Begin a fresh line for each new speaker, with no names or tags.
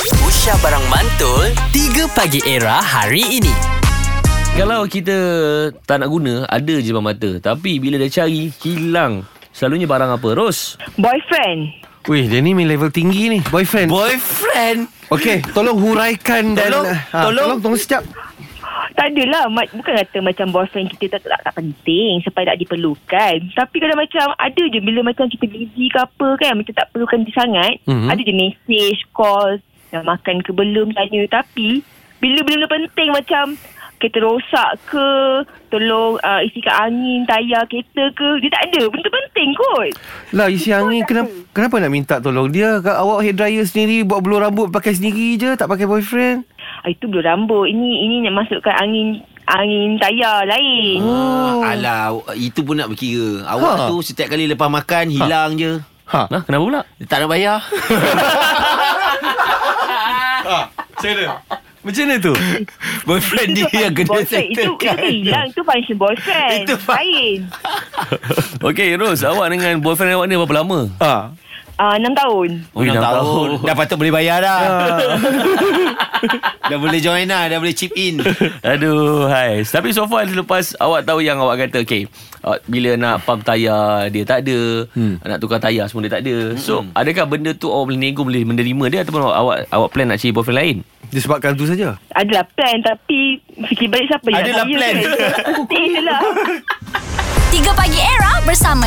Aisyah Barang Mantul 3 Pagi Era hari ini
Kalau kita tak nak guna, ada je bang mata. Tapi bila dah cari, hilang. Selalunya barang apa? Ros.
Boyfriend
Wih, dia ni main level tinggi ni. Boyfriend. Bo-
Boyfriend
Okey, tolong huraikan dan
Tolong,
ah,
tolong.
tolong tolong sekejap.
Tak adalah Ma- Bukan kata macam boyfriend kita tak, tak, tak penting Sampai tak diperlukan Tapi kalau macam Ada je bila macam kita busy ke apa kan Macam tak perlukan dia sangat
Mhm.
Ada je message, call Dah makan ke belum tanya Tapi Bila benda-benda penting macam Kereta rosak ke Tolong uh, isikan angin Tayar kereta ke Dia tak ada Benda penting kot
Lah isi angin kenapa kenapa nak minta tolong dia? Kak, awak hair dryer sendiri, buat blur rambut pakai sendiri je, tak pakai boyfriend.
ah, Itu belum rambut Ini ini nak masukkan angin Angin tayar lain
Oh.
Alah, itu pun nak berkira. Awak
Ha.
ha. tu setiap kali lepas makan hilang ha. je.
Ha.
Nah, kenapa pula?
Tak nak bayar.
Ah, Macam mana tu?
Boyfriend
Itu function boyfriend. Itu, itu kan hilang Itu function boyfriend
Itu fun-
Lain
Okey, Ros. awak dengan boyfriend awak ni berapa lama?
Ha.
uh, 6 tahun
Oh,
enam
dah tahu. Dah patut boleh bayar dah. dah boleh join lah. Dah boleh chip in.
Aduh, hai. Tapi so far lepas awak tahu yang awak kata, okey, awak bila nak pump tayar dia tak ada, hmm. nak tukar tayar semua dia tak ada. So, adakah benda tu awak boleh nego, boleh menerima dia ataupun awak awak, awak plan nak cari boyfriend lain?
Disebabkan tu saja.
Adalah plan Tapi Fikir balik siapa yang
Adalah
nak
plan.
kan? Penting je lah
3 Pagi Era bersama